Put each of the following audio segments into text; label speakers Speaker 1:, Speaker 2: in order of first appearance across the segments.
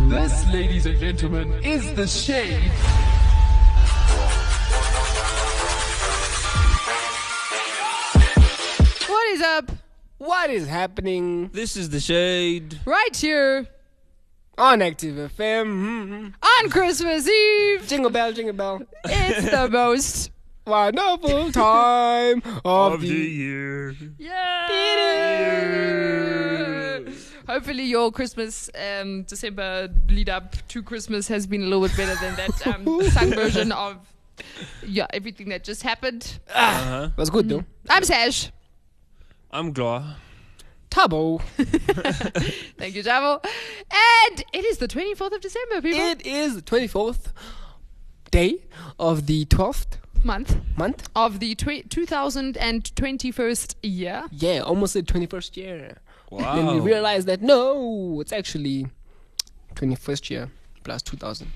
Speaker 1: This, ladies and gentlemen, is the shade.
Speaker 2: What is up?
Speaker 1: What is happening
Speaker 3: This is the shade.
Speaker 2: Right here
Speaker 1: on Active FM? Mm-hmm.
Speaker 2: on Christmas Eve.
Speaker 1: Jingle bell, jingle bell.
Speaker 2: It's the most.
Speaker 1: Wonderful time of, the year.
Speaker 3: year.
Speaker 2: Yeah. Hopefully, your Christmas um, December lead up to Christmas has been a little bit better than that um, sung version of yeah everything that just happened.
Speaker 3: Uh huh.
Speaker 1: Was good though.
Speaker 2: I'm Sash.
Speaker 3: I'm Glaw.
Speaker 1: Tabo.
Speaker 2: Thank you, Javel. And it is the 24th of December, people.
Speaker 1: It is the 24th day of the 12th
Speaker 2: month
Speaker 1: month.
Speaker 2: of the tw- 2021st year.
Speaker 1: Yeah, almost the 21st year.
Speaker 3: Wow.
Speaker 1: Then we realized that no, it's actually 21st year plus 2000.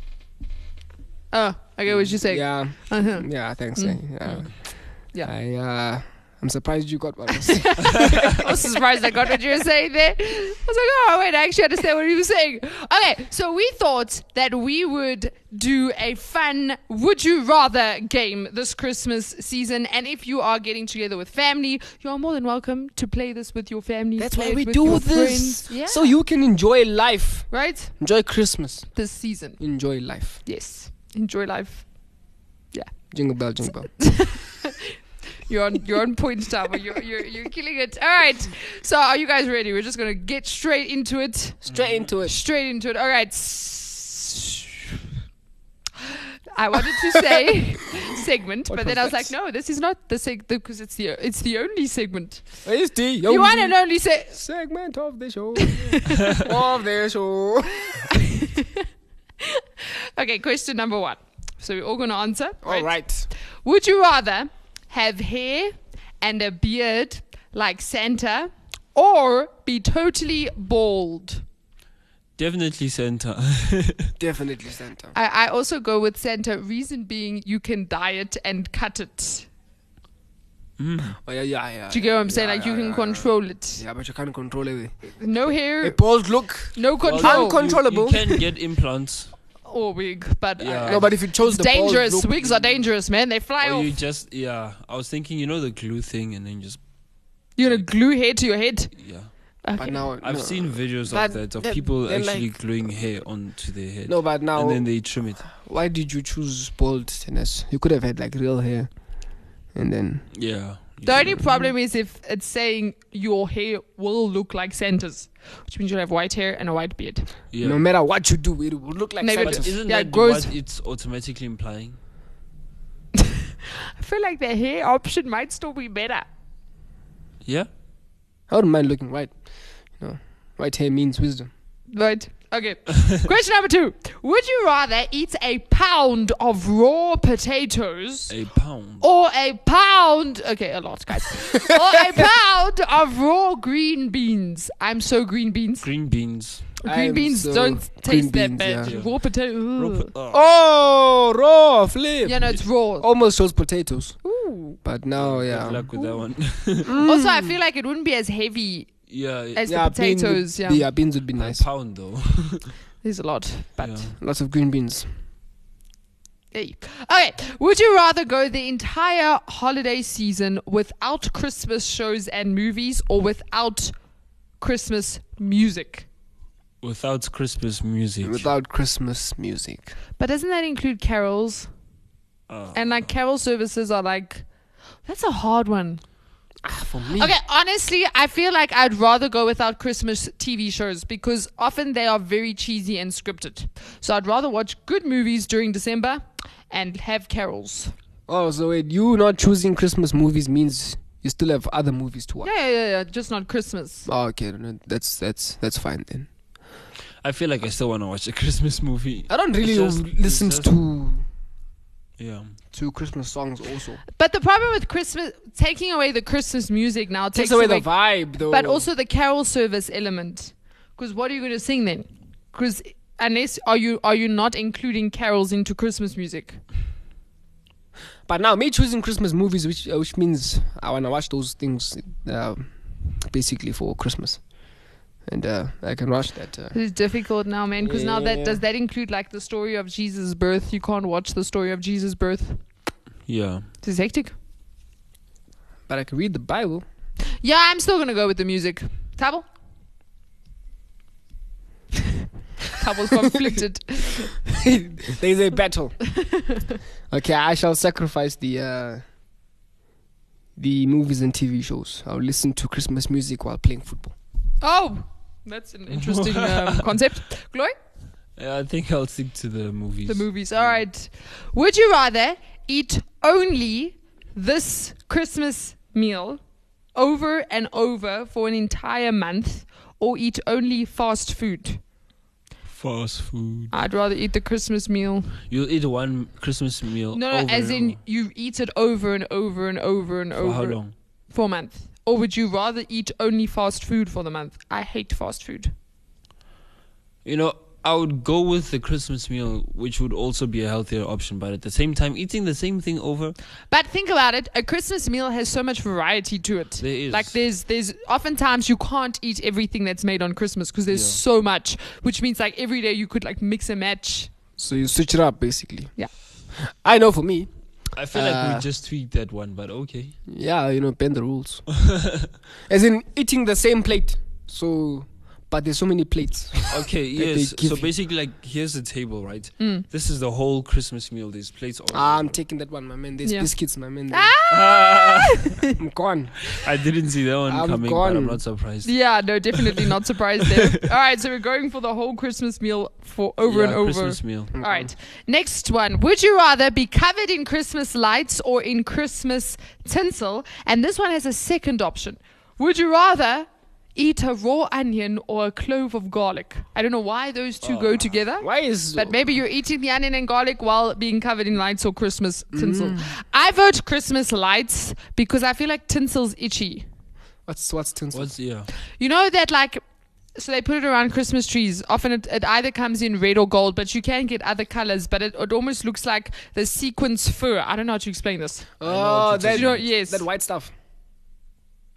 Speaker 2: Oh, I get what you say.
Speaker 1: Yeah,
Speaker 2: Uh-huh.
Speaker 1: yeah, thanks. eh, Yeah.
Speaker 2: Yeah.
Speaker 1: I, uh, I'm surprised you got one.
Speaker 2: I was surprised I got what you were saying there. I was like, oh, wait, I actually understand what he was saying. Okay, so we thought that we would do a fun Would You Rather game this Christmas season. And if you are getting together with family, you are more than welcome to play this with your family.
Speaker 1: That's
Speaker 2: play
Speaker 1: why
Speaker 2: it
Speaker 1: we
Speaker 2: with
Speaker 1: do
Speaker 2: your
Speaker 1: this.
Speaker 2: friends. Yeah.
Speaker 1: So you can enjoy life.
Speaker 2: right?
Speaker 1: Enjoy Christmas.
Speaker 2: This season.
Speaker 1: Enjoy life.
Speaker 2: Yes. Enjoy life.
Speaker 1: Jingle bell, jingle bell.
Speaker 2: You're on you're on point, Tavo. You're, you're you're killing it. All right. So are you guys ready? We're just gonna get straight into it.
Speaker 1: Straight into it.
Speaker 2: Straight into it. All right. I wanted to say segment,
Speaker 1: What
Speaker 2: but then
Speaker 1: was
Speaker 2: I was
Speaker 1: that?
Speaker 2: like, no, this is not the seg because it's the it's the only segment.
Speaker 1: It's the
Speaker 2: You want
Speaker 1: only
Speaker 2: and only say.
Speaker 1: segment of the show. of the show.
Speaker 2: Okay, question number one. So we're all gonna answer.
Speaker 1: All right.
Speaker 2: Would you rather have hair and a beard like Santa, or be totally bald?
Speaker 3: Definitely Santa.
Speaker 1: Definitely Santa.
Speaker 2: I, I also go with Santa. Reason being, you can dye it and cut it.
Speaker 1: Oh, yeah, yeah, yeah.
Speaker 2: Do you get what I'm
Speaker 1: yeah,
Speaker 2: saying?
Speaker 1: yeah,
Speaker 2: like you
Speaker 1: yeah,
Speaker 2: can
Speaker 1: yeah.
Speaker 2: control it.
Speaker 1: Yeah, but you can't control everything.
Speaker 2: No
Speaker 1: A
Speaker 2: hair,
Speaker 1: bald look.
Speaker 2: no
Speaker 3: Well,
Speaker 2: control,
Speaker 1: Uncon- Uncontrollable.
Speaker 3: You, you can get implants,
Speaker 2: or wig. But uh,
Speaker 3: Yeah.
Speaker 1: No, but if you chose the
Speaker 2: it's
Speaker 1: bald
Speaker 2: dangerous.
Speaker 1: look-
Speaker 2: Wigs are dangerous, man. They fly
Speaker 3: or
Speaker 2: off.
Speaker 3: you just yeah. I was thinking, you know, the glue thing, and then just
Speaker 2: You, are gonna glue hair to your head.
Speaker 3: yeah.
Speaker 1: But
Speaker 2: Okay.
Speaker 1: now
Speaker 3: I've
Speaker 1: no.
Speaker 3: seen videos
Speaker 1: But
Speaker 3: of that of
Speaker 1: then-
Speaker 3: people
Speaker 1: then,
Speaker 3: actually gluing hair onto their head,
Speaker 1: No, but now
Speaker 3: and then they trim it.
Speaker 1: why did you choose bald tennis? You could have had like real hair, and then
Speaker 3: Yeah.
Speaker 2: The only problem is if it's saying your hair will look like Santa's, which means you'll have white hair and a white beard.
Speaker 3: Yeah.
Speaker 1: no matter what you do, it will look like
Speaker 2: Maybe
Speaker 3: but
Speaker 1: Santa's.
Speaker 3: isn't
Speaker 2: Yeah, it
Speaker 3: that
Speaker 2: grows-
Speaker 3: what it's automatically implying?
Speaker 2: I feel like the hair option might still be better.
Speaker 3: Yeah.
Speaker 1: I wouldn't mind looking white. You know, white hair means wisdom.
Speaker 2: Right. Okay. Question number two. Would you rather eat a pound of raw potatoes
Speaker 3: A pound.
Speaker 2: or a pound, okay, a lot, guys, or a pound of raw green beans? I'm so green beans.
Speaker 3: Green beans.
Speaker 2: Green
Speaker 1: I'm
Speaker 2: beans
Speaker 1: so
Speaker 2: don't
Speaker 1: green
Speaker 2: taste that
Speaker 1: beans,
Speaker 2: bad.
Speaker 3: yeah.
Speaker 2: Raw potato. ugh.
Speaker 3: Oh.
Speaker 1: Oh, raw flip.
Speaker 2: Yeah, no, it's raw.
Speaker 1: Almost chose potatoes,
Speaker 2: Ooh.
Speaker 1: but now
Speaker 3: Good
Speaker 1: Oh, yeah,
Speaker 3: luck with that one.
Speaker 2: Also, I feel like it wouldn't be as heavy
Speaker 3: yeah. it-
Speaker 2: as
Speaker 1: yeah,
Speaker 2: the potatoes.
Speaker 1: Beans would,
Speaker 2: yeah.
Speaker 1: be- yeah, beans would be nice.
Speaker 3: A pound though.
Speaker 2: There's a lot, but.
Speaker 3: Yeah.
Speaker 1: Lots of green beans.
Speaker 2: Hey. Okay. Would you rather go the entire holiday season without Christmas shows and movies or without Christmas music?
Speaker 3: Without Christmas music.
Speaker 1: Without Christmas music,
Speaker 2: But doesn't that include carols?
Speaker 3: Oh.
Speaker 2: And like carol services are like that's a hard one. Ah,
Speaker 1: for me,
Speaker 2: Okay, honestly, I feel like I'd rather go without Christmas TV shows because often they are very cheesy and scripted. So I'd rather watch good movies during December and have carols.
Speaker 1: Oh, so wait, you not choosing Christmas movies means you still have other movies to watch.
Speaker 2: Yeah, yeah, yeah, yeah, just not Christmas.
Speaker 1: Oh, okay, no, no, that's that's that's fine then.
Speaker 3: I feel like I still want to watch a Christmas movie.
Speaker 1: I don't really
Speaker 3: just-
Speaker 1: listen
Speaker 3: it's just-
Speaker 1: to
Speaker 3: Yeah.
Speaker 1: to Christmas songs. Also
Speaker 2: But the problem with Christmas, taking away the Christmas music now takes,
Speaker 1: takes away the vibe, though.
Speaker 2: but also the carol service element. Because what are you going to sing then? Because unless are you are you not including carols into Christmas music?
Speaker 1: but now me choosing Christmas movies, which uh, which means I wanna watch those things, uh, basically for Christmas. and uh, I can watch that. Uh,
Speaker 2: It's difficult now, man, because now that
Speaker 1: Yeah.
Speaker 2: does that include like the story of Jesus' birth? You can't watch the story of Jesus' birth.
Speaker 3: Yeah.
Speaker 2: This is hectic.
Speaker 1: but I can read the Bible.
Speaker 2: Yeah, I'm still gonna go with the music. Table. Table's conflicted.
Speaker 1: There's a battle. okay, I shall sacrifice the uh, the movies and TV shows. I'll listen to Christmas music while playing football.
Speaker 2: Oh, that's an interesting um, concept. Glory.
Speaker 3: Yeah, I think I'll stick to the movies.
Speaker 2: The movies. All right. Would you rather eat only this Christmas meal over and over for an entire month or eat only fast food?
Speaker 3: Fast food.
Speaker 2: I'd rather eat the Christmas meal.
Speaker 3: You'll eat one Christmas meal.
Speaker 2: No,
Speaker 3: over
Speaker 2: no, as
Speaker 3: and
Speaker 2: in
Speaker 3: over.
Speaker 2: you eat it over and over and over and
Speaker 3: For
Speaker 2: over.
Speaker 3: how long?
Speaker 2: For a month. Or would you rather eat only fast food for the month? I hate fast food.
Speaker 3: You know, I would go with the Christmas meal, which would also be a healthier option, but at the same time, eating the same thing over,
Speaker 2: But think about it, a Christmas meal has so much variety to it.
Speaker 3: There is.
Speaker 2: Like there's there's oftentimes you can't eat everything that's made on Christmas because there's
Speaker 3: Yeah.
Speaker 2: so much, which means like every day you could like mix and match.
Speaker 1: So you switch it up, basically.
Speaker 2: Yeah.
Speaker 1: I know for me.
Speaker 3: I feel like
Speaker 1: Uh,
Speaker 3: we just tweaked that one, but okay.
Speaker 1: Yeah, you know, bend the rules. As in eating the same plate. So, but there's so many plates.
Speaker 3: Okay,
Speaker 1: That they
Speaker 3: yes.
Speaker 1: give
Speaker 3: So
Speaker 1: you.
Speaker 3: basically, like, here's the table, right? This is the whole Christmas meal. There's plates all
Speaker 1: Ah, I'm
Speaker 3: over.
Speaker 1: taking that one, my man. There's
Speaker 2: Yeah.
Speaker 1: biscuits, my man.
Speaker 3: Ah!
Speaker 1: I'm gone.
Speaker 3: I didn't see that one
Speaker 1: I'm
Speaker 3: coming, but
Speaker 1: gone.
Speaker 3: I'm not surprised.
Speaker 2: Yeah, no, definitely not surprised there. All right, so we're going for the whole Christmas meal for over
Speaker 3: Yeah,
Speaker 2: and over.
Speaker 3: Christmas meal.
Speaker 2: All right, next one. Would you rather be covered in Christmas lights or in Christmas tinsel? And this one has a second option. Would you rather eat a raw onion or a clove of garlic? I don't know why those two go together.
Speaker 1: Oh. Why is
Speaker 2: But maybe you're eating the onion and garlic while being covered in lights or Christmas tinsel.
Speaker 1: Mm.
Speaker 2: I vote Christmas lights because I feel like tinsel's itchy.
Speaker 1: what's what's tinsel?
Speaker 3: What's yeah?
Speaker 2: You know that like so they put it around Christmas trees. Often it, it either comes in red or gold, but you can get other colors. But it, it almost looks like the sequins fur. I don't know how to explain this.
Speaker 3: know
Speaker 1: Oh,
Speaker 3: what
Speaker 1: that
Speaker 3: it is. You know,
Speaker 2: yes.
Speaker 1: that white stuff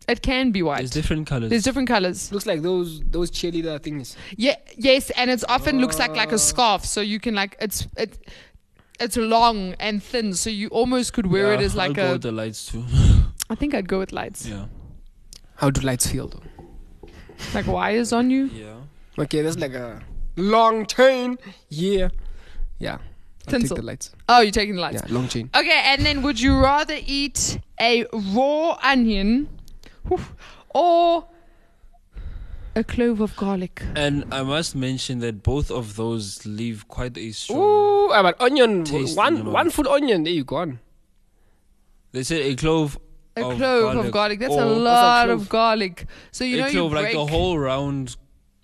Speaker 2: It can be white.
Speaker 3: There's different colors.
Speaker 2: There's different colors.
Speaker 1: looks like those those cheerleader things.
Speaker 2: Yeah, yes, and it's often looks like like a scarf. So you can like it's it, it's long and thin. So you almost could wear it
Speaker 3: Yeah,
Speaker 2: as
Speaker 3: I'll
Speaker 2: like
Speaker 3: go
Speaker 2: a. I
Speaker 3: with the lights too.
Speaker 2: think I'd go with lights,
Speaker 3: yeah.
Speaker 1: How do lights feel though?
Speaker 2: like wires on you.
Speaker 3: Yeah.
Speaker 1: Okay, that's like a long chain. Yeah, yeah. I'll
Speaker 2: Tinsel.
Speaker 1: Take the lights.
Speaker 2: Oh, you're taking the lights.
Speaker 1: Yeah, long chain.
Speaker 2: Okay, and then would you rather eat a raw onion oof, or a clove of garlic?
Speaker 3: And I must mention that both of those leave quite a strong.
Speaker 1: Ooh, ah, but onion.
Speaker 3: Taste in your
Speaker 1: one
Speaker 3: mouth.
Speaker 1: one full onion. There you gone.
Speaker 3: They said a clove.
Speaker 2: A
Speaker 3: of
Speaker 2: clove
Speaker 3: garlic,
Speaker 2: of garlic. That's
Speaker 3: or
Speaker 2: a lot
Speaker 1: clove?
Speaker 2: of garlic. So you
Speaker 3: a
Speaker 2: know you
Speaker 3: clove,
Speaker 2: break
Speaker 3: like the whole round.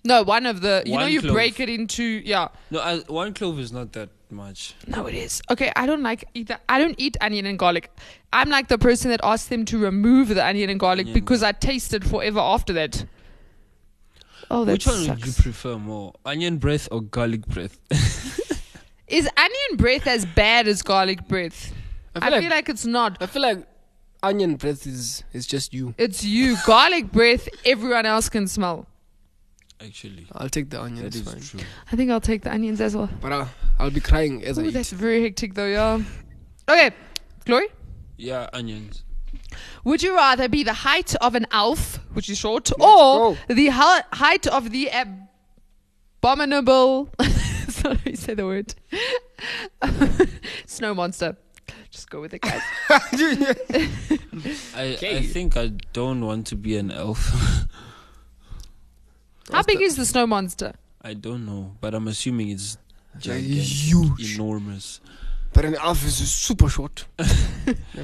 Speaker 2: no one of the you know
Speaker 3: One
Speaker 2: you
Speaker 3: clove.
Speaker 2: break it into yeah
Speaker 3: No, I, one clove is not that much.
Speaker 2: no it is okay I don't like either I don't eat onion and garlic I'm like the person that asked them to remove the onion and garlic
Speaker 3: Onion.
Speaker 2: because I tasted forever after that. Oh, that
Speaker 3: Which one
Speaker 2: sucks.
Speaker 3: would you prefer more, onion breath or garlic breath?
Speaker 2: Is onion breath as bad as garlic breath? I feel, like, it's not.
Speaker 1: I feel like onion breath is is just you.
Speaker 2: It's you. garlic breath, everyone else can smell.
Speaker 3: Actually,
Speaker 1: I'll take the onion.
Speaker 3: that
Speaker 1: It's
Speaker 3: is
Speaker 1: fine.
Speaker 3: true.
Speaker 2: I think I'll take the onions as well.
Speaker 1: But I'll, I'll be crying as I
Speaker 2: Ooh,
Speaker 1: eat.
Speaker 2: that's very hectic though, yeah. Okay, Glory.
Speaker 3: Yeah, onions.
Speaker 2: Would you rather be the height of an elf, which is short, or
Speaker 1: go.
Speaker 2: the hel- height of the abominable? Sorry, say the word. Snow monster. Just go with it, guys.
Speaker 3: I, I
Speaker 1: Okay.
Speaker 3: think I don't want to be an elf.
Speaker 2: How big is the snow monster?
Speaker 3: I don't know, but I'm assuming it's gigantic,
Speaker 1: huge.
Speaker 3: enormous.
Speaker 1: But an elf is super short. I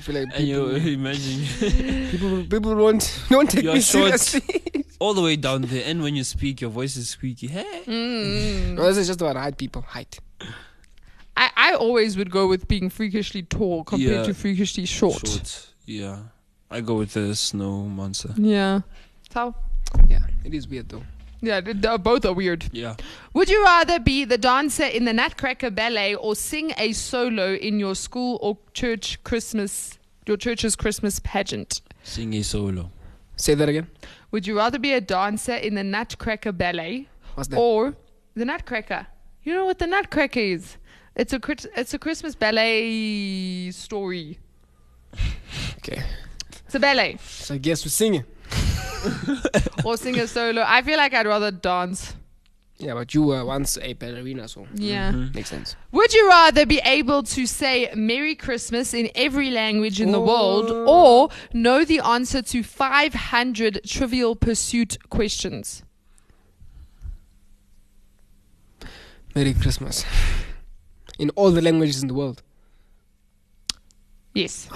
Speaker 1: feel like
Speaker 3: And you
Speaker 1: people,
Speaker 3: imagine
Speaker 1: people, people won't don't take
Speaker 3: You're
Speaker 1: me
Speaker 3: short.
Speaker 1: seriously.
Speaker 3: all the way down there, and when you speak, your voice is squeaky. Hey,
Speaker 2: Mm.
Speaker 1: No, this is just about height, people. Height.
Speaker 2: I, I always would go with being freakishly tall compared
Speaker 3: Yeah.
Speaker 2: to freakishly short.
Speaker 3: Yeah, I go with the snow monster.
Speaker 2: Yeah. How?
Speaker 1: Yeah, it is weird though.
Speaker 2: Yeah, th- th- both are weird.
Speaker 3: Yeah,
Speaker 2: Would you rather be the dancer in the Nutcracker Ballet or sing a solo in your school or church Christmas, your church's Christmas pageant?
Speaker 3: sing a solo.
Speaker 1: Say that again.
Speaker 2: Would you rather be a dancer in the Nutcracker Ballet
Speaker 1: What's
Speaker 3: Oh.
Speaker 1: that?
Speaker 2: or the Nutcracker? You know what the Nutcracker is? It's a Chris- it's a Christmas ballet story.
Speaker 1: Okay.
Speaker 2: It's a ballet
Speaker 1: So I guess we're singing.
Speaker 2: or sing a solo. I feel like I'd rather dance.
Speaker 1: Yeah, but you were once a ballerina, so
Speaker 2: Yeah.
Speaker 3: Mm.
Speaker 1: makes sense.
Speaker 2: Would you rather be able to say Merry Christmas in every language in the world
Speaker 1: Oh.
Speaker 2: or know the answer to 500 trivial pursuit questions?
Speaker 1: Merry Christmas. In all the languages in the world.
Speaker 2: Yes.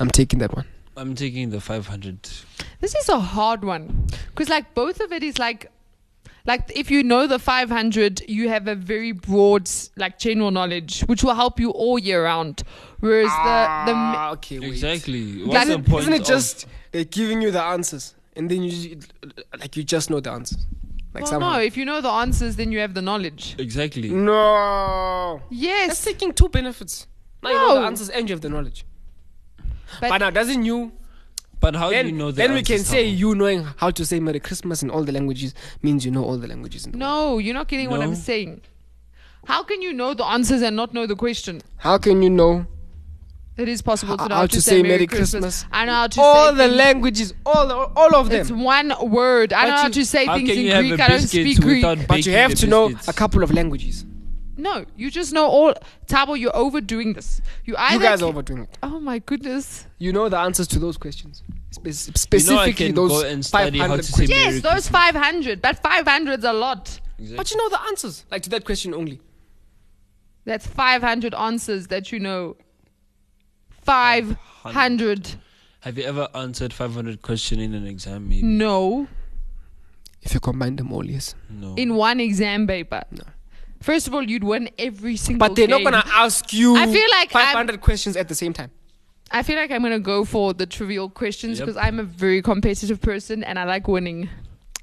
Speaker 1: I'm taking that one.
Speaker 3: I'm taking the 500.
Speaker 2: This is a hard one because, like, both of it is like, like if you know the 500, you have a very broad, like, general knowledge, which will help you all year round. Whereas the the m-
Speaker 1: Ah, okay, wait.
Speaker 3: Exactly.
Speaker 2: That's-
Speaker 3: What's the
Speaker 1: Isn't,
Speaker 3: point?
Speaker 1: isn't it
Speaker 3: of-
Speaker 1: just they're giving you the answers and then you ju- like you just know the answers? Like
Speaker 2: well,
Speaker 1: somehow.
Speaker 2: no, if you know the answers, then you have the knowledge.
Speaker 3: exactly?
Speaker 1: Mm. No. That's
Speaker 2: Yes,
Speaker 1: taking two benefits. Now you know
Speaker 2: No.
Speaker 1: the answers and you have the knowledge.
Speaker 2: But-
Speaker 1: But, now doesn't you
Speaker 3: But how
Speaker 1: then,
Speaker 3: do you know that?
Speaker 1: then we can say you knowing how to say Merry Christmas in all the languages means you know all the languages in the world.
Speaker 2: no, you're not getting what I'm
Speaker 3: No.
Speaker 2: saying. How can you know the answers and not know the question?
Speaker 1: How can you know
Speaker 2: It is possible to
Speaker 1: How-
Speaker 2: know
Speaker 1: how
Speaker 2: how
Speaker 1: to say Merry Christmas.
Speaker 2: I know how to
Speaker 1: all
Speaker 2: say
Speaker 1: the
Speaker 2: things-
Speaker 1: languages, all the, all of
Speaker 2: It's
Speaker 1: them?
Speaker 2: one word. I
Speaker 1: But
Speaker 2: know how
Speaker 1: you-
Speaker 2: to say
Speaker 3: How
Speaker 2: things
Speaker 3: can
Speaker 2: in
Speaker 3: you have
Speaker 2: Greek.
Speaker 3: a
Speaker 2: I don't
Speaker 3: biscuit
Speaker 2: speak Greek.
Speaker 3: without
Speaker 1: But you
Speaker 3: baking
Speaker 1: have
Speaker 3: the
Speaker 1: to know
Speaker 3: biscuits?
Speaker 1: a couple of languages.
Speaker 2: No, you just know all. Tabo, you're overdoing this. You either
Speaker 1: you guys
Speaker 2: ca-
Speaker 1: are overdoing it.
Speaker 2: Oh my goodness.
Speaker 1: You know the answers to those questions. Spe- specifically
Speaker 3: You know I can
Speaker 1: those
Speaker 3: go and study how
Speaker 1: 500
Speaker 3: to say
Speaker 1: questions.
Speaker 2: Yes,
Speaker 3: Merry
Speaker 2: those 500, but 500's a lot.
Speaker 1: But you know the answers, like to that question only.
Speaker 2: That's 500 answers that you know. 500.
Speaker 3: Have you ever answered 500 question in an exam?
Speaker 1: Mm.
Speaker 3: Maybe
Speaker 2: No,
Speaker 1: If you combine them all, yes.
Speaker 3: no.
Speaker 2: in one exam paper.
Speaker 1: No.
Speaker 2: First of all, you'd win every single
Speaker 1: But they're not
Speaker 2: game.
Speaker 1: gonna ask you.
Speaker 2: I feel like I'm-
Speaker 1: 500 questions at the same time.
Speaker 2: I feel like I'm gonna go for the trivial questions
Speaker 3: Yep.
Speaker 2: because I'm a very competitive person and I like winning.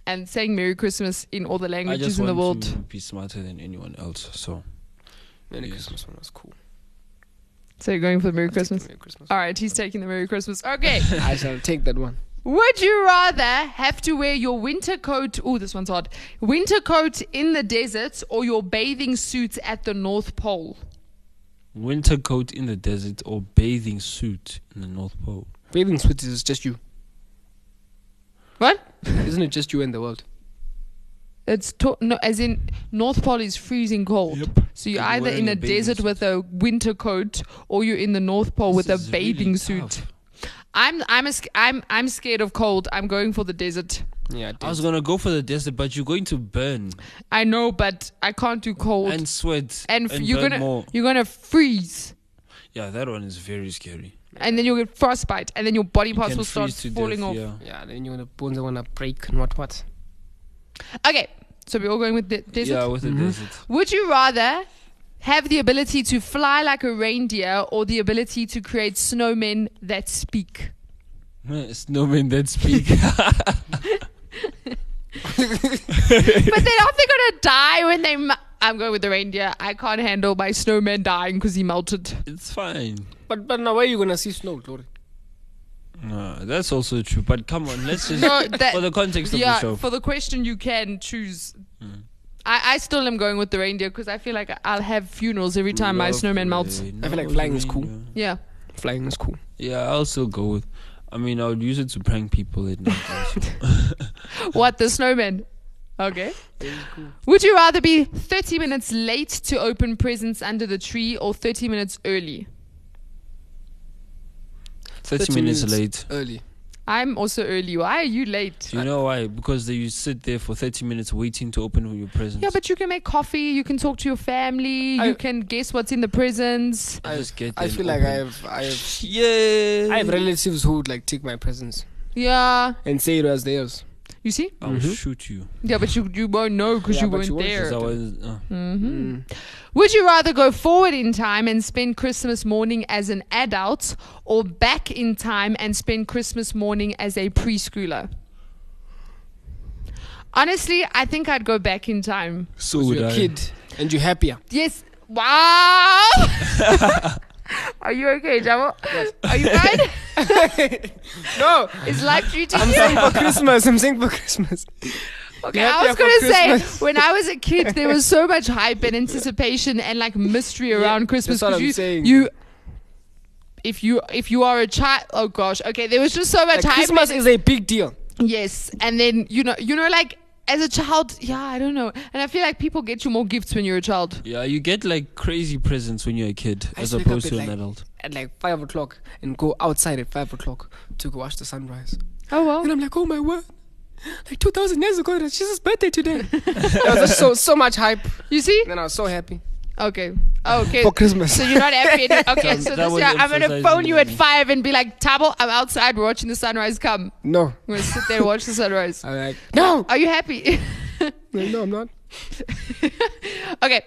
Speaker 2: And saying Merry Christmas in all the
Speaker 3: I
Speaker 2: languages
Speaker 3: just
Speaker 2: in
Speaker 3: want
Speaker 2: the world.
Speaker 3: to be smarter than anyone else. So
Speaker 1: Merry
Speaker 3: Yes.
Speaker 1: Christmas one was cool.
Speaker 2: So you're going for the
Speaker 1: I'll
Speaker 2: Merry
Speaker 1: take the
Speaker 2: Christmas?
Speaker 1: Merry Christmas.
Speaker 2: All right, he's taking the Merry Christmas. Okay.
Speaker 1: I shall take that one.
Speaker 2: Would you rather have to wear your winter coat? Oh, this one's hard. Winter coat in the desert or your bathing suit at the North Pole?
Speaker 3: winter coat in the desert or bathing suit in the North Pole.
Speaker 1: Bathing suit is just you,
Speaker 2: What?
Speaker 1: isn't it? Just you and the world.
Speaker 2: It's to- no, as in North Pole is freezing cold.
Speaker 3: Yep.
Speaker 2: So you're
Speaker 3: You're
Speaker 2: either
Speaker 3: wearing
Speaker 2: in
Speaker 3: a
Speaker 2: a
Speaker 3: bathing
Speaker 2: desert
Speaker 3: suit.
Speaker 2: with a winter coat or you're in the North Pole
Speaker 3: This
Speaker 2: with
Speaker 3: is
Speaker 2: a
Speaker 3: really
Speaker 2: bathing suit.
Speaker 3: tough.
Speaker 2: I'm I'm a, sc- I'm I'm scared of cold. I'm going for the desert.
Speaker 1: Yeah,
Speaker 3: I was gonna go for the desert, but you're going to burn
Speaker 2: I know, but I can't do cold.
Speaker 3: and sweat
Speaker 2: And f- you're
Speaker 3: burn
Speaker 2: gonna
Speaker 3: more.
Speaker 2: you're gonna freeze,
Speaker 3: Yeah, that one is very scary.
Speaker 2: and then you'll get frostbite, and then your body parts
Speaker 3: can
Speaker 2: will start
Speaker 3: freeze to
Speaker 2: falling
Speaker 3: death,
Speaker 2: off.
Speaker 3: yeah.
Speaker 1: yeah. Then you're gonna bones are gonna break and what what.
Speaker 2: Okay, so we're all going with the desert.
Speaker 3: Yeah, with the
Speaker 1: Mm-hmm.
Speaker 3: desert.
Speaker 2: Would you rather have the ability to fly like a reindeer or the ability to create snowmen that speak?
Speaker 3: Snowmen that speak.
Speaker 2: but then aren't they gonna die when they? Mu- I'm going with the reindeer. I can't handle my snowman dying because he melted.
Speaker 3: it's fine.
Speaker 1: But but now where are you gonna see snow, Glory?
Speaker 3: No, that's also true. But come on, let's just
Speaker 2: No, that-
Speaker 3: for the context of Hmm.
Speaker 2: yeah,
Speaker 3: the show.
Speaker 2: for the question you can choose. I, I still am going with the reindeer because I feel like I'll have funerals every time my snowman melts.
Speaker 3: Lovely,
Speaker 1: I feel like
Speaker 3: lovely
Speaker 1: flying is cool.
Speaker 3: reindeer.
Speaker 2: Yeah.
Speaker 1: Flying is cool.
Speaker 3: Yeah, I'll still go with. I mean, I would use it to prank people at night. also.
Speaker 2: What the snowman? Okay. Would you rather be 30 minutes late to open presents under the tree or 30 minutes early?
Speaker 3: Thirty
Speaker 1: 30
Speaker 3: minutes,
Speaker 1: minutes.
Speaker 3: late.
Speaker 1: Early.
Speaker 2: I'm also early. Why are you late?
Speaker 3: Do you know why? Because they, you sit there for thirty minutes waiting to open your presents.
Speaker 2: Yeah, but you can make coffee. You can talk to your family.
Speaker 1: I-
Speaker 2: you can guess what's in the presents.
Speaker 3: I just get.
Speaker 1: I
Speaker 3: there
Speaker 1: feel
Speaker 3: and
Speaker 1: like I
Speaker 3: open.
Speaker 1: have I have
Speaker 3: Yeah.
Speaker 1: I have relatives who would like take my presents
Speaker 2: Yeah.
Speaker 1: and say it was theirs.
Speaker 2: You see?
Speaker 3: I'll
Speaker 1: Mhm.
Speaker 3: shoot you.
Speaker 2: Yeah, but you, you won't know because
Speaker 1: Yeah,
Speaker 2: you
Speaker 1: but
Speaker 2: weren't
Speaker 1: you won't,
Speaker 3: 'Cause
Speaker 2: there.
Speaker 3: I was, uh,
Speaker 2: hmm
Speaker 1: Mm.
Speaker 2: Would you rather go forward in time and spend Christmas morning as an adult or back in time and spend Christmas morning as a preschooler? Honestly, I think I'd go back in time.
Speaker 3: so
Speaker 1: Because
Speaker 3: would
Speaker 1: you're a
Speaker 3: I.
Speaker 1: kid and you're happier.
Speaker 2: Yes. Wow. Are you okay, Jamal? Are you fine?
Speaker 1: no,
Speaker 2: Is life treating
Speaker 1: I'm
Speaker 2: you?
Speaker 1: saying for Christmas. I'm saying for Christmas.
Speaker 2: Okay,
Speaker 1: Yeah,
Speaker 2: I
Speaker 1: yeah,
Speaker 2: was
Speaker 1: for
Speaker 2: gonna
Speaker 1: Christmas.
Speaker 2: say when I was a kid, there was so much hype and anticipation and like mystery around Christmas.
Speaker 1: that's what
Speaker 2: 'cause
Speaker 1: I'm
Speaker 2: you,
Speaker 1: saying.
Speaker 2: you, if you if you are a child, oh gosh, okay, there was just so much
Speaker 1: Like,
Speaker 2: hype.
Speaker 1: Christmas
Speaker 2: and-
Speaker 1: is a big deal.
Speaker 2: yes, and then you know, you know, like as a child, yeah, I don't know, and I feel like people get you more gifts when you're a child.
Speaker 3: Yeah, you get like crazy presents when you're a kid
Speaker 1: I used
Speaker 3: as
Speaker 1: to wake
Speaker 3: opposed
Speaker 1: up
Speaker 3: to
Speaker 1: at,
Speaker 3: an
Speaker 1: like,
Speaker 3: adult.
Speaker 1: At like five o'clock, and go outside at five o'clock to go watch the sunrise.
Speaker 2: Oh well,
Speaker 1: And I'm like, oh my word! Like two thousand years ago, it was Jesus' birthday today. there was just so so much hype,
Speaker 2: you see?
Speaker 1: and then I was so happy
Speaker 2: Okay, okay.
Speaker 1: for Christmas.
Speaker 2: So you're not happy. any- Okay,
Speaker 3: That- that
Speaker 2: so this
Speaker 3: was
Speaker 2: year I'm gonna
Speaker 3: emphasizing
Speaker 2: phone you
Speaker 3: the
Speaker 2: at
Speaker 3: meaning.
Speaker 2: five and be like, Tabo, I'm outside watching the sunrise come.
Speaker 1: no,
Speaker 2: I'm gonna sit there and watch the sunrise.
Speaker 1: I'm like, no,
Speaker 2: Are you happy?
Speaker 1: no, I'm not.
Speaker 2: okay.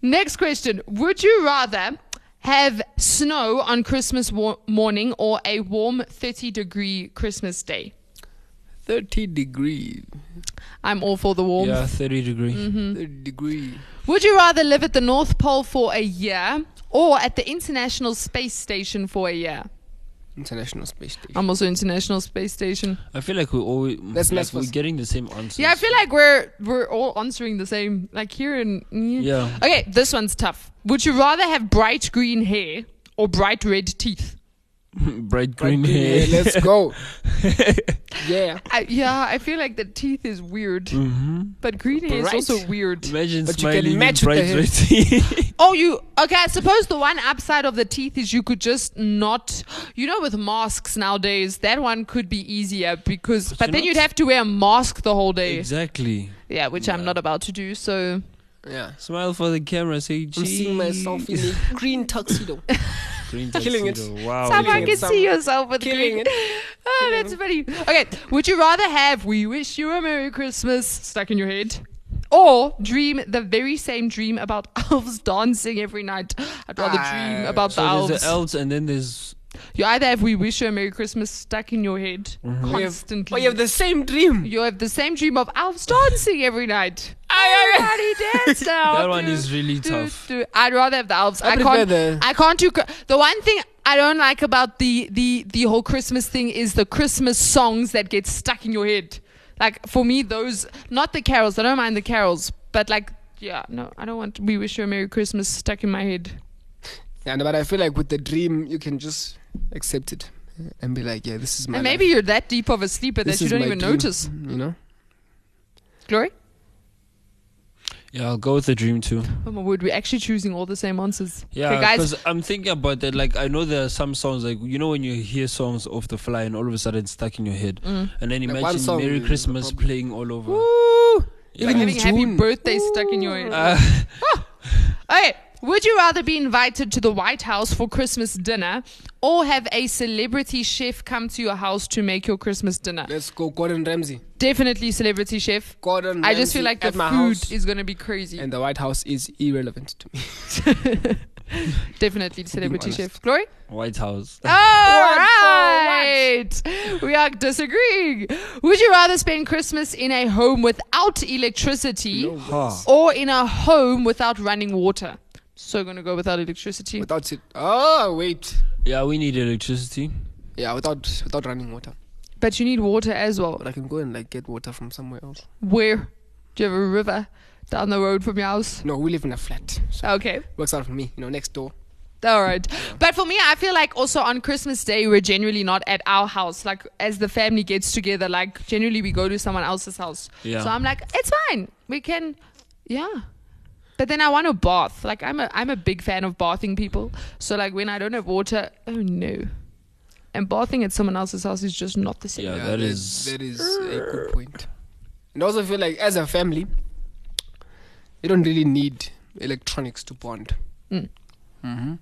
Speaker 2: Next question. Would you rather have snow on Christmas wa- morning or a warm 30 degree Christmas day?
Speaker 1: Thirty degree,
Speaker 2: I'm all for the warm.
Speaker 3: Yeah, 30 degree.
Speaker 1: thirty degree.
Speaker 2: Would you rather live at the North Pole for a year or at the International Space Station for a year?
Speaker 1: International Space Station.
Speaker 2: I'm also International Space Station.
Speaker 3: I feel like we're always
Speaker 1: Let's
Speaker 3: like
Speaker 1: mess
Speaker 3: we're
Speaker 1: with-
Speaker 3: getting the same answers.
Speaker 2: Yeah, I feel like we're we're all answering the same. Like here and
Speaker 3: Yeah.
Speaker 2: Okay, this one's tough. Would you rather have bright green hair or bright red teeth?
Speaker 3: bright green
Speaker 1: Fucking
Speaker 3: hair.
Speaker 1: yeah, let's go. yeah.
Speaker 2: I, yeah, I feel like the teeth is weird,
Speaker 3: hmm
Speaker 2: but green hair
Speaker 1: Bright.
Speaker 2: is also weird.
Speaker 3: Imagine
Speaker 1: But you can
Speaker 3: smiling with
Speaker 1: match with
Speaker 3: bright
Speaker 1: the
Speaker 3: red teeth.
Speaker 2: Oh, you okay? I suppose the one upside of the teeth is you could just not. You know, with masks nowadays, that one could be easier because, but,
Speaker 3: you're
Speaker 2: then
Speaker 3: not-
Speaker 2: you'd have to wear a mask the whole day.
Speaker 3: exactly.
Speaker 2: Yeah, which I'm
Speaker 3: Yeah.
Speaker 2: not about to do. So
Speaker 1: Yeah.
Speaker 3: Smile for the camera. Say,
Speaker 1: I'm seeing myself in
Speaker 3: "Jeez."
Speaker 1: a green tuxedo.
Speaker 3: green
Speaker 1: killing it.
Speaker 3: tuxedo. Wow.
Speaker 2: someone
Speaker 1: killing
Speaker 2: can
Speaker 1: it,
Speaker 2: see
Speaker 1: someone-
Speaker 2: yourself with green.
Speaker 1: Oh, Killing it.
Speaker 2: Oh, that's funny. Okay, would you rather have "We wish you a Merry Christmas" stuck in your head, or dream the very same dream about elves dancing every night? I'd rather dream
Speaker 1: Ah,
Speaker 2: about
Speaker 3: So
Speaker 2: the
Speaker 3: there's
Speaker 2: elves.
Speaker 3: the elves, and then there's
Speaker 2: you either have "We wish you a Merry Christmas" stuck in your head
Speaker 1: Or you Mm-hmm. have-
Speaker 2: constantly.
Speaker 1: Or you have the same dream.
Speaker 2: You have the same dream of elves dancing every night.
Speaker 1: Aye,
Speaker 2: Everybody dance now.
Speaker 3: that one
Speaker 2: Do,
Speaker 3: is really
Speaker 2: do,
Speaker 3: tough.
Speaker 2: do. I'd rather have the elves.
Speaker 1: I
Speaker 2: I,
Speaker 1: prefer
Speaker 2: can't.
Speaker 1: the-
Speaker 2: I can't do. cr- The one thing I don't like about the the the whole Christmas thing is the Christmas songs that get stuck in your head. Like for me, those not the carols. I don't mind the carols, but like yeah, no, I don't want. We wish you a Merry Christmas stuck in my head.
Speaker 1: Yeah, no, but I feel like with the dream, you can just accept it and be like, yeah, this is my.
Speaker 2: and maybe
Speaker 1: life.
Speaker 2: you're that deep of a sleeper
Speaker 1: This
Speaker 2: that you
Speaker 1: is
Speaker 2: don't
Speaker 1: my
Speaker 2: even
Speaker 1: dream,
Speaker 2: notice.
Speaker 1: You know.
Speaker 2: Glory.
Speaker 3: Yeah, I'll go with the dream too.
Speaker 2: Oh my word, we're actually choosing all the same answers.
Speaker 3: Yeah,
Speaker 2: okay, guys,
Speaker 3: because I'm thinking about that. Like, I know there are some songs, like you know, when you hear songs off the fly, and all of a sudden it's stuck in your head, and then
Speaker 1: Like, one
Speaker 3: imagine
Speaker 1: song
Speaker 3: Merry
Speaker 1: is a
Speaker 3: Christmas
Speaker 1: problem.
Speaker 3: playing all over.
Speaker 1: Woo!
Speaker 3: Yeah.
Speaker 1: Even
Speaker 2: having
Speaker 1: in
Speaker 2: happy
Speaker 1: June.
Speaker 2: birthday stuck in your head.
Speaker 3: Uh,
Speaker 2: Okay, would you rather be invited to the White House for Christmas dinner or have a celebrity chef come to your house to make your Christmas dinner?
Speaker 1: Let's go, Gordon Ramsay.
Speaker 2: Definitely celebrity chef.
Speaker 1: Gordon.
Speaker 2: I just feel
Speaker 1: Ramsay
Speaker 2: like the
Speaker 1: at
Speaker 2: food
Speaker 1: my house
Speaker 2: is going to be crazy.
Speaker 1: and the White House is irrelevant to me.
Speaker 2: Definitely celebrity
Speaker 1: honest.
Speaker 2: chef. Glory?
Speaker 3: White House.
Speaker 2: All right. We are disagreeing. Would you rather spend Christmas in a home without electricity
Speaker 3: Ha.
Speaker 2: or in a home without running water? So going to go without electricity.
Speaker 1: Without it. Oh wait.
Speaker 3: Yeah, we need electricity.
Speaker 1: Yeah, without without running water.
Speaker 2: But you need water as well.
Speaker 1: But I can go and like get water from somewhere else.
Speaker 2: Where? Do you have a river down the road from your house?
Speaker 1: No, we live in a flat. So
Speaker 2: Okay.
Speaker 1: works out for me. You know, next door.
Speaker 2: All right. But for me, I feel like also on Christmas Day, we're generally not at our house. Like, as the family gets together, like, generally we go to someone else's house.
Speaker 3: Yeah.
Speaker 2: So I'm like, it's fine. We can, yeah. But then I want a bath. Like, I'm a, I'm a big fan of bathing people. So, like, when I don't have water, oh no. And bathing at someone else's house is just not the same.
Speaker 3: Yeah, that
Speaker 1: that
Speaker 3: is-
Speaker 1: that is a good point. And I also feel like as a family, you don't really need electronics to bond.
Speaker 2: Mm.
Speaker 1: hmm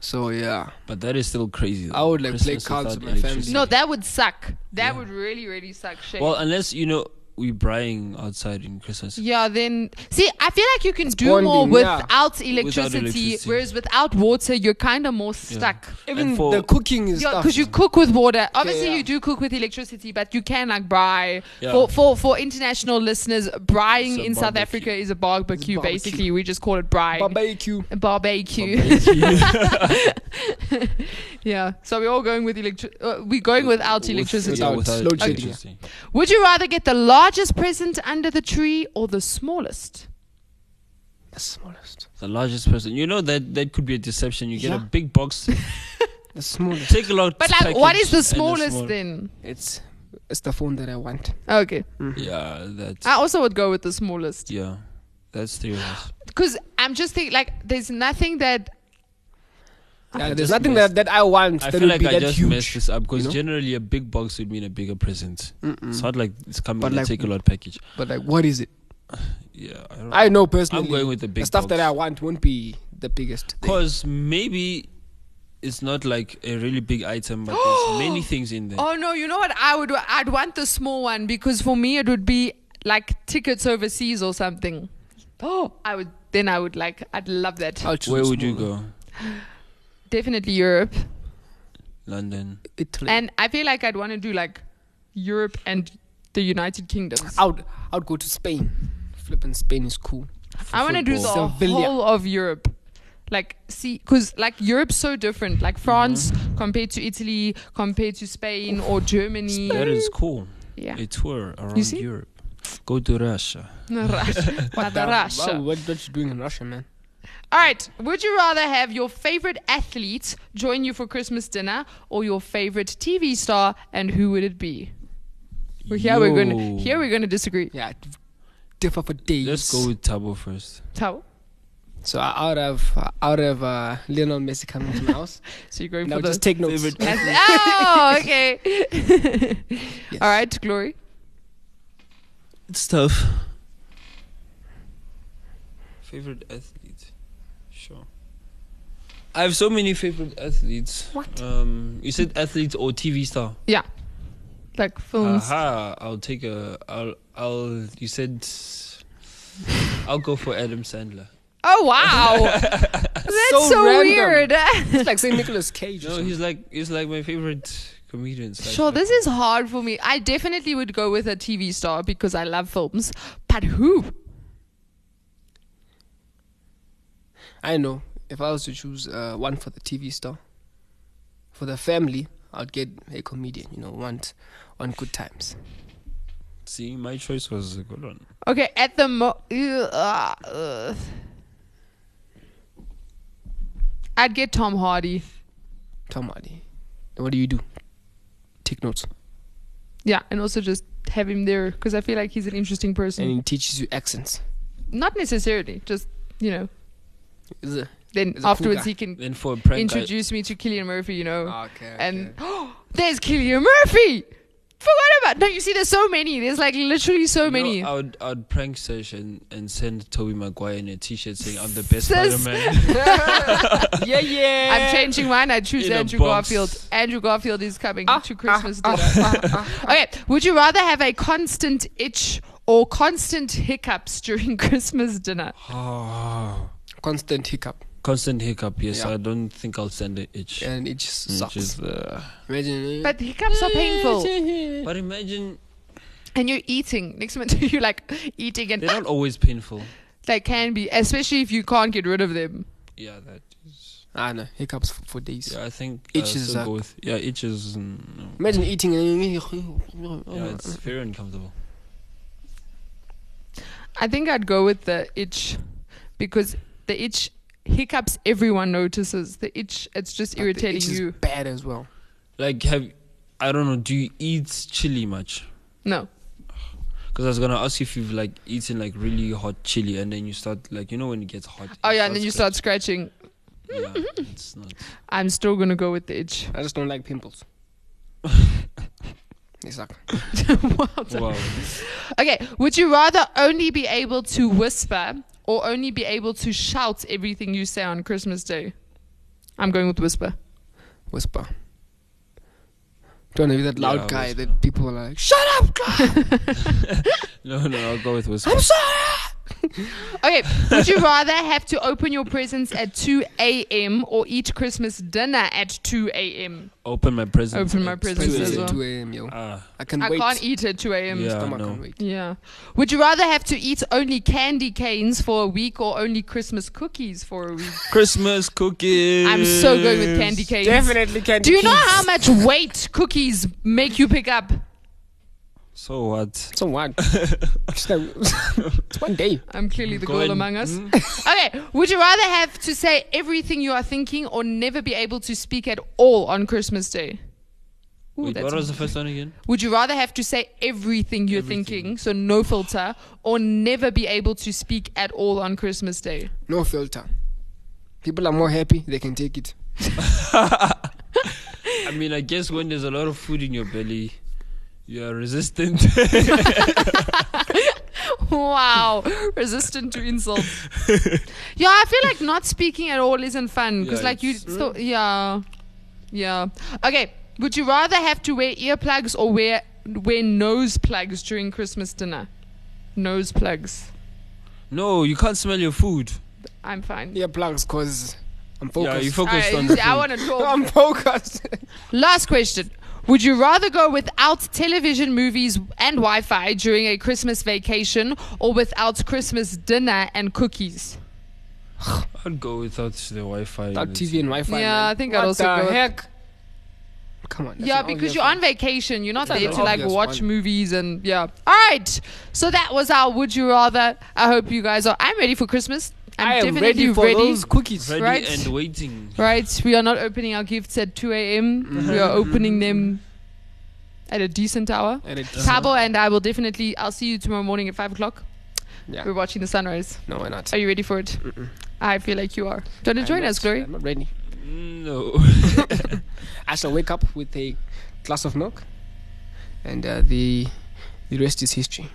Speaker 1: So yeah,
Speaker 3: But that is still crazy. though.
Speaker 1: I would, like, play
Speaker 3: Christmas
Speaker 1: cards
Speaker 3: without
Speaker 1: with my family.
Speaker 3: electricity.
Speaker 2: No, that would suck.
Speaker 3: Yeah.
Speaker 2: That would really, really suck. Shame.
Speaker 3: Well, unless you know, we brying outside in Christmas.
Speaker 2: Yeah, then see, I feel like you can do
Speaker 1: bonding,
Speaker 2: more
Speaker 1: yeah.
Speaker 2: without electricity,
Speaker 3: electricity.
Speaker 2: whereas without water, you're kind of more stuck.
Speaker 1: Even
Speaker 3: And for-
Speaker 1: the cooking is
Speaker 2: Yeah,
Speaker 1: stuff.
Speaker 2: because you cook with water. Obviously,
Speaker 1: yeah.
Speaker 2: you do cook with electricity, but you can like bry.
Speaker 3: Yeah.
Speaker 2: For, for for international listeners, brying
Speaker 3: It's a
Speaker 2: in South
Speaker 3: barbecue.
Speaker 2: Africa is a barbecue,
Speaker 1: It's a barbecue.
Speaker 2: Basically, we just call it brying.
Speaker 1: barbecue.
Speaker 2: A barbecue. yeah. So we're all going with electric. Uh, we're going without electricity.
Speaker 1: without- load shedding,
Speaker 3: electricity.
Speaker 2: Would you rather get the largest present under the tree or the smallest?
Speaker 1: The smallest.
Speaker 3: The largest person, you know that that could be a deception. You get a
Speaker 1: Yeah.
Speaker 3: big box,
Speaker 1: The smallest.
Speaker 3: take a lot.
Speaker 2: But like, what is
Speaker 3: package,
Speaker 2: the
Speaker 3: and a
Speaker 2: smallest
Speaker 3: small-
Speaker 2: then?
Speaker 1: It's it's the phone that I want.
Speaker 2: Okay.
Speaker 1: Mm.
Speaker 3: Yeah, that's
Speaker 2: I also would go with the smallest.
Speaker 3: yeah, that's three of us.
Speaker 2: Because I'm just thinking, like, there's nothing that.
Speaker 1: Yeah,
Speaker 3: I
Speaker 1: there's
Speaker 3: just
Speaker 1: nothing
Speaker 3: missed-
Speaker 1: that, that I want
Speaker 3: I
Speaker 1: that
Speaker 3: feel
Speaker 1: would
Speaker 3: like
Speaker 1: be
Speaker 3: I
Speaker 1: that
Speaker 3: just
Speaker 1: huge.
Speaker 3: messed this up
Speaker 1: you
Speaker 3: because
Speaker 1: know?
Speaker 3: generally a big box would mean a bigger present. It's
Speaker 1: Mm-mm.
Speaker 3: not like it's coming
Speaker 1: But
Speaker 3: with
Speaker 1: like-
Speaker 3: a take a lot package.
Speaker 1: But like, what is it?
Speaker 3: Yeah, I don't
Speaker 1: I know personally.
Speaker 3: I'm going with the big
Speaker 1: the stuff
Speaker 3: box.
Speaker 1: that I want won't be the biggest. Thing.
Speaker 3: Because maybe it's not like a really big item, but there's many things in there.
Speaker 2: Oh no! You know what I would? I'd want the small one because for me it would be like tickets overseas or something. Oh, I would. Then I would like. I'd love that.
Speaker 1: I'll choose
Speaker 3: Where
Speaker 1: the
Speaker 3: would you
Speaker 1: smaller.
Speaker 3: go?
Speaker 2: Definitely Europe.
Speaker 3: London.
Speaker 1: Italy.
Speaker 2: And I feel like I'd want to do like Europe and the United Kingdoms.
Speaker 1: I would I would go to Spain. Flipping Spain is cool.
Speaker 2: I want to do the
Speaker 3: football.
Speaker 1: Sevilla.
Speaker 2: whole of Europe. Like, see, because like Europe's so different. Like France
Speaker 3: Mm-hmm.
Speaker 2: compared to Italy, compared to Spain or Germany.
Speaker 3: That is cool.
Speaker 2: Yeah.
Speaker 3: A tour around
Speaker 2: see?
Speaker 3: Europe. Go to Russia.
Speaker 2: Russia. Rather
Speaker 1: That-
Speaker 2: Russia.
Speaker 1: wow, what, what you doing in Russia, man?
Speaker 2: All right. Would you rather have your favorite athlete join you for Christmas dinner or your favorite TV star, and who would it be? Well, here we're gonna
Speaker 3: Yo.
Speaker 2: here we're gonna disagree.
Speaker 1: Yeah, d- differ for days.
Speaker 3: Let's go with Tabo first.
Speaker 2: Tao,
Speaker 1: So I- I would have I would have uh, Lionel Messi coming to my house.
Speaker 2: so you're going
Speaker 1: now
Speaker 2: for the
Speaker 1: just take notes.
Speaker 3: Favorite-
Speaker 2: oh, okay.
Speaker 1: Yes.
Speaker 2: All right, Glory.
Speaker 3: It's tough. Favorite athlete? Sure. I have so many favorite athletes.
Speaker 2: What?
Speaker 3: Um, you said athletes or TV star?
Speaker 2: Yeah, like films.
Speaker 3: Aha! I'll take a. I'll. I'll. You said. I'll go for Adam Sandler.
Speaker 2: Oh wow, that's so,
Speaker 1: So random.
Speaker 2: weird.
Speaker 1: It's like saying Nicolas Cage. or
Speaker 3: No,
Speaker 1: something.
Speaker 3: he's like he's like my favorite comedian. so I
Speaker 2: sure,
Speaker 3: feel
Speaker 2: this
Speaker 3: like-
Speaker 2: is hard for me. I definitely would go with a TV star because I love films. But who?
Speaker 1: I know. If I was to choose uh, one for the TV star, for the family, I'd get a comedian. You know, one on good times.
Speaker 3: See, my choice was a good one.
Speaker 2: Okay, at the mo, Ew, ah, ugh. I'd get Tom Hardy.
Speaker 1: Tom Hardy. What do you do? Take notes,
Speaker 2: Yeah, and also just have him there because I feel like he's an interesting
Speaker 1: and
Speaker 2: person.
Speaker 1: he teaches you accents.
Speaker 2: Not necessarily, just you know.
Speaker 1: Is it?
Speaker 2: Then
Speaker 1: He's a cool
Speaker 2: afterwards,
Speaker 1: guy.
Speaker 2: he can
Speaker 3: Then for a prank, I-
Speaker 2: introduce me to Killian Murphy. You know.
Speaker 3: Ah,
Speaker 1: Okay.
Speaker 2: and there's Killian Murphy. Forgot about. No, you see, there's so many. There's like literally so
Speaker 3: you know,
Speaker 2: many.
Speaker 3: I would I would prank search and, and send Toby Maguire in a T-shirt saying I'm the best
Speaker 2: Sis.
Speaker 3: Spider-Man.
Speaker 1: um, yeah, yeah.
Speaker 2: I'm changing mine. I choose
Speaker 3: In a
Speaker 2: Andrew
Speaker 3: box.
Speaker 2: Garfield. Andrew Garfield is coming to Christmas dinner. okay, would you rather have a constant itch or constant hiccups during Christmas dinner?
Speaker 3: oh,
Speaker 1: Constant hiccup,
Speaker 3: constant hiccup. Yes,
Speaker 1: Yeah.
Speaker 3: I don't think I'll send an itch.
Speaker 1: and it just
Speaker 3: Which
Speaker 1: sucks.
Speaker 3: is, uh,
Speaker 1: Imagine.
Speaker 2: But hiccups are painful,
Speaker 3: but imagine
Speaker 2: and you're eating. Next month you're like eating,
Speaker 3: they're
Speaker 2: and
Speaker 3: not always painful.
Speaker 2: they can be, especially if you can't get rid of them.
Speaker 3: Yeah, that is.
Speaker 1: I know hiccups for, for days.
Speaker 3: Yeah, I think
Speaker 1: Itch
Speaker 3: itch
Speaker 1: is,
Speaker 3: is
Speaker 1: uh,
Speaker 3: go with, yeah itches. Mm, no.
Speaker 1: Imagine eating. uh, and-
Speaker 3: Yeah, it's
Speaker 2: Mm.
Speaker 3: very uncomfortable.
Speaker 2: I think I'd go with the itch because the itch hiccups everyone notices. The itch it's just irritating
Speaker 1: It's
Speaker 2: you.
Speaker 1: bad as well.
Speaker 3: Like have I don't know. Do you eat chili much?
Speaker 2: No.
Speaker 3: Because I was gonna ask you if you've like eaten like really hot chili, and then you start like you know when it gets hot.
Speaker 2: Oh
Speaker 3: it
Speaker 2: yeah, and then you
Speaker 3: starts
Speaker 2: start scratching.
Speaker 3: scratching. Yeah, it's not.
Speaker 2: I'm still gonna go with the itch.
Speaker 1: I just don't like pimples. they suck.
Speaker 2: Wow.
Speaker 3: Wow.
Speaker 2: Okay. Would you rather only be able to whisper or only be able to shout everything you say on Christmas Day? I'm going with whisper.
Speaker 1: Whisper. Don't want to be that loud
Speaker 3: Yeah, I
Speaker 1: guy
Speaker 3: was-
Speaker 1: that people are like, shut up, guy!
Speaker 3: No, no, I'll go with whisper.
Speaker 1: I'm sorry!
Speaker 2: Okay, would you rather have to open your presents at 2 a.m. or eat Christmas dinner at 2 a.m.?
Speaker 3: Open my presents.
Speaker 2: Open my
Speaker 3: at
Speaker 2: presents
Speaker 1: Presents
Speaker 3: 2
Speaker 1: at
Speaker 2: as well.
Speaker 1: 2 a.m., yo.
Speaker 3: Ah,
Speaker 1: I can
Speaker 2: I
Speaker 1: wait.
Speaker 2: can't eat at 2 a.m.
Speaker 3: Yeah.
Speaker 1: Stomach
Speaker 3: no.
Speaker 1: can wait.
Speaker 2: Yeah. Would you rather have to eat only candy canes for a week or only Christmas cookies for a week?
Speaker 3: Christmas cookies.
Speaker 2: I'm so good with candy canes.
Speaker 1: Definitely can't
Speaker 2: Do you know how much weight cookies make you pick up?
Speaker 3: So what?
Speaker 1: It's on one. Just like- it's one day.
Speaker 2: I'm clearly the
Speaker 3: Go
Speaker 2: girl
Speaker 3: and-
Speaker 2: among us.
Speaker 3: Mm?
Speaker 2: Okay, would you rather have to say everything you are thinking or never be able to speak at all on Christmas Day? Ooh,
Speaker 3: Wait,
Speaker 2: that's
Speaker 3: what was the
Speaker 2: interesting.
Speaker 3: first one again?
Speaker 2: Would you rather have to say everything you're
Speaker 3: Everything.
Speaker 2: thinking, so no filter, or never be able to speak at all on Christmas Day?
Speaker 1: No filter. People are more happy, they can take it.
Speaker 3: I mean, I guess when there's a lot of food in your belly, you are resistant.
Speaker 2: Wow, resistant to insults. yeah, I feel like not speaking at all isn't fun because,
Speaker 3: Yeah,
Speaker 2: like, you
Speaker 3: it's-
Speaker 2: still, yeah, yeah. Okay, would you rather have to wear earplugs or wear wear nose plugs during Christmas dinner? Nose plugs.
Speaker 3: no, you can't smell your food.
Speaker 2: I'm fine.
Speaker 1: Yeah, plugs, cause I'm
Speaker 3: Yeah, you
Speaker 1: focused.
Speaker 3: focused
Speaker 2: Alright,
Speaker 3: on the food. Um,
Speaker 2: I want to talk.
Speaker 1: I'm focused.
Speaker 2: Last question. Would you rather go without television, movies, and Wi Fi during a Christmas vacation or without Christmas dinner and cookies?
Speaker 3: I'd go without the Wi-Fi.
Speaker 1: Without TV and Wi-Fi.
Speaker 2: Yeah,
Speaker 1: man.
Speaker 2: I think
Speaker 1: what
Speaker 2: I'd also
Speaker 1: the
Speaker 2: go with-
Speaker 1: heck? Come on. that's
Speaker 2: yeah,
Speaker 1: an
Speaker 2: because
Speaker 1: obvious
Speaker 2: you're
Speaker 1: one.
Speaker 2: on vacation. You're not
Speaker 1: That's
Speaker 2: there
Speaker 1: an
Speaker 2: to like
Speaker 1: obvious
Speaker 2: watch
Speaker 1: one.
Speaker 2: movies and yeah. All right. So that was our Would You Rather. I hope you guys are. I'm ready for Christmas. I'm
Speaker 1: I am
Speaker 2: definitely
Speaker 1: ready for those cookies.
Speaker 3: Ready
Speaker 2: Right.
Speaker 3: and waiting.
Speaker 2: Right. We are not opening our gifts at 2 a.m.,
Speaker 1: Mm-hmm.
Speaker 2: we are opening them at a decent hour.
Speaker 1: And it,
Speaker 2: Tabo and I will definitely. I'll see you tomorrow morning at 5 o'clock.
Speaker 1: Yeah.
Speaker 2: We're watching the sunrise.
Speaker 1: No, why not?
Speaker 2: Are you ready for it? I feel like you are. Don't
Speaker 1: I'm
Speaker 2: join
Speaker 1: not-
Speaker 2: us, Glory.
Speaker 1: I'm not ready.
Speaker 3: Mm, No.
Speaker 1: I shall wake up with a glass of milk, and uh, the the rest is history.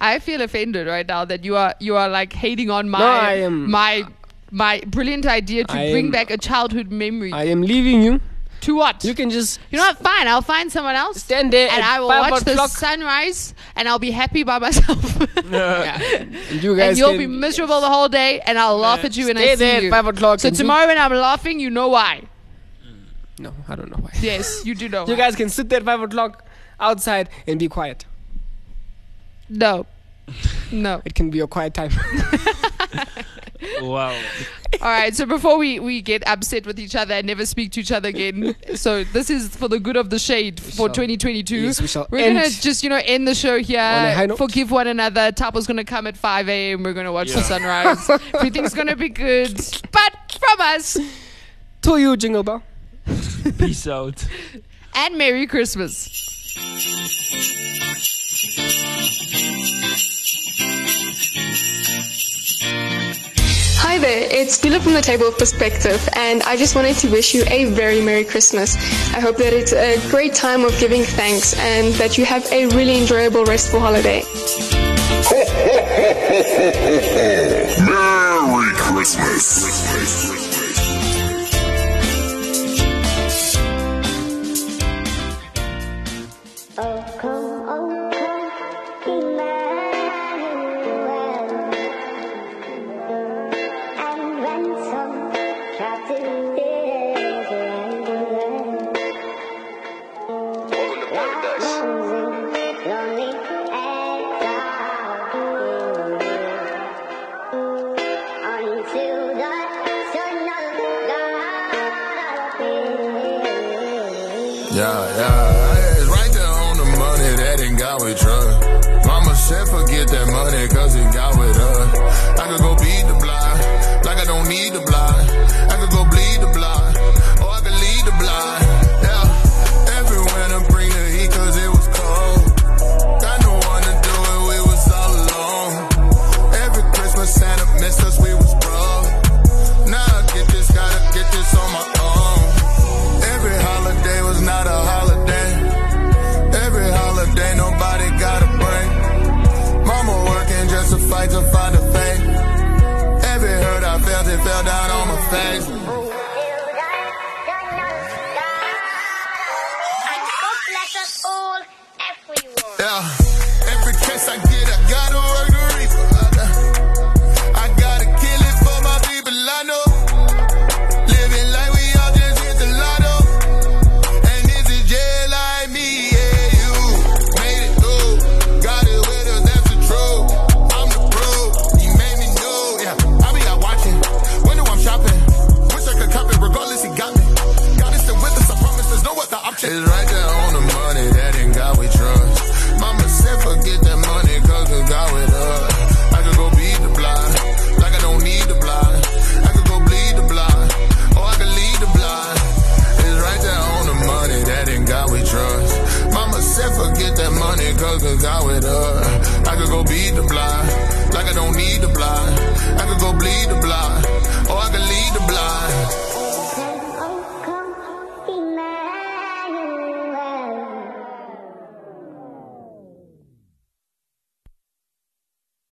Speaker 2: I feel offended right now that you are you are like hating on my
Speaker 1: No, I am-
Speaker 2: my my brilliant idea to
Speaker 1: I
Speaker 2: bring
Speaker 1: am-
Speaker 2: back a childhood memory.
Speaker 1: I am leaving you.
Speaker 2: to what?
Speaker 1: You
Speaker 2: You,
Speaker 1: can just
Speaker 2: know what? Fine, I'll find someone else.
Speaker 1: stand there
Speaker 2: And
Speaker 1: at
Speaker 2: I will
Speaker 1: five
Speaker 2: watch the
Speaker 1: o'clock.
Speaker 2: sunrise and I'll be happy by myself.
Speaker 1: and you guys
Speaker 2: and you'll
Speaker 1: can
Speaker 2: be miserable the whole day and I'll laugh at you when
Speaker 1: stay
Speaker 2: I see
Speaker 1: there
Speaker 2: you.
Speaker 1: at five o'clock.
Speaker 2: so
Speaker 1: and you-
Speaker 2: tomorrow when I'm laughing, you know why.
Speaker 1: no, I don't know why.
Speaker 2: Yes, you do know.
Speaker 1: You guys can sit there at five o'clock outside and be quiet.
Speaker 2: no. No.
Speaker 1: It can be your quiet time.
Speaker 3: wow.
Speaker 2: All right, so before we, we get upset with each other and never speak to each other again, so this is for the good of the shade for
Speaker 1: shall-
Speaker 2: 2022.
Speaker 1: yes, we shall
Speaker 2: We're going
Speaker 1: end
Speaker 2: to just, you know, end the show
Speaker 1: on a high
Speaker 2: here.
Speaker 1: note.
Speaker 2: Forgive one another. Tapo's going to come at 5 a.m. We're going to watch the
Speaker 3: Yeah.
Speaker 2: sunrise. Everything's going to be good. But from us,
Speaker 1: to you, Jingle Bell.
Speaker 3: Peace out.
Speaker 2: and Merry Christmas.
Speaker 4: Hi there, it's Bula from the Table of Perspective, and I just wanted to wish you a very Merry Christmas. I hope that it's a great time of giving thanks and that you have a really enjoyable, restful holiday.
Speaker 5: Merry Christmas.
Speaker 6: Oh, come, oh, come, Emmanuel. And ransom, captive Israel. Lonely, lonely e exile. Until the Son of God appears.
Speaker 5: Yeah, yeah, it's right there on the money that ain't got with drugs. Mama said forget that money cause it got with us. I could go beat the blind, like I don't need the blind. I could go bleed the blind, or I could lead the blind. Yeah, every winter bring the heat cause it was cold. Got no one to do it, we was all alone. Every Christmas Santa missed us, we was broke. Now I get this, gotta get this on my own. Every holiday was not a holiday. Every holiday, nobody got a break. Mama working just to fight to money, cause it's out with her. I could go beat the block.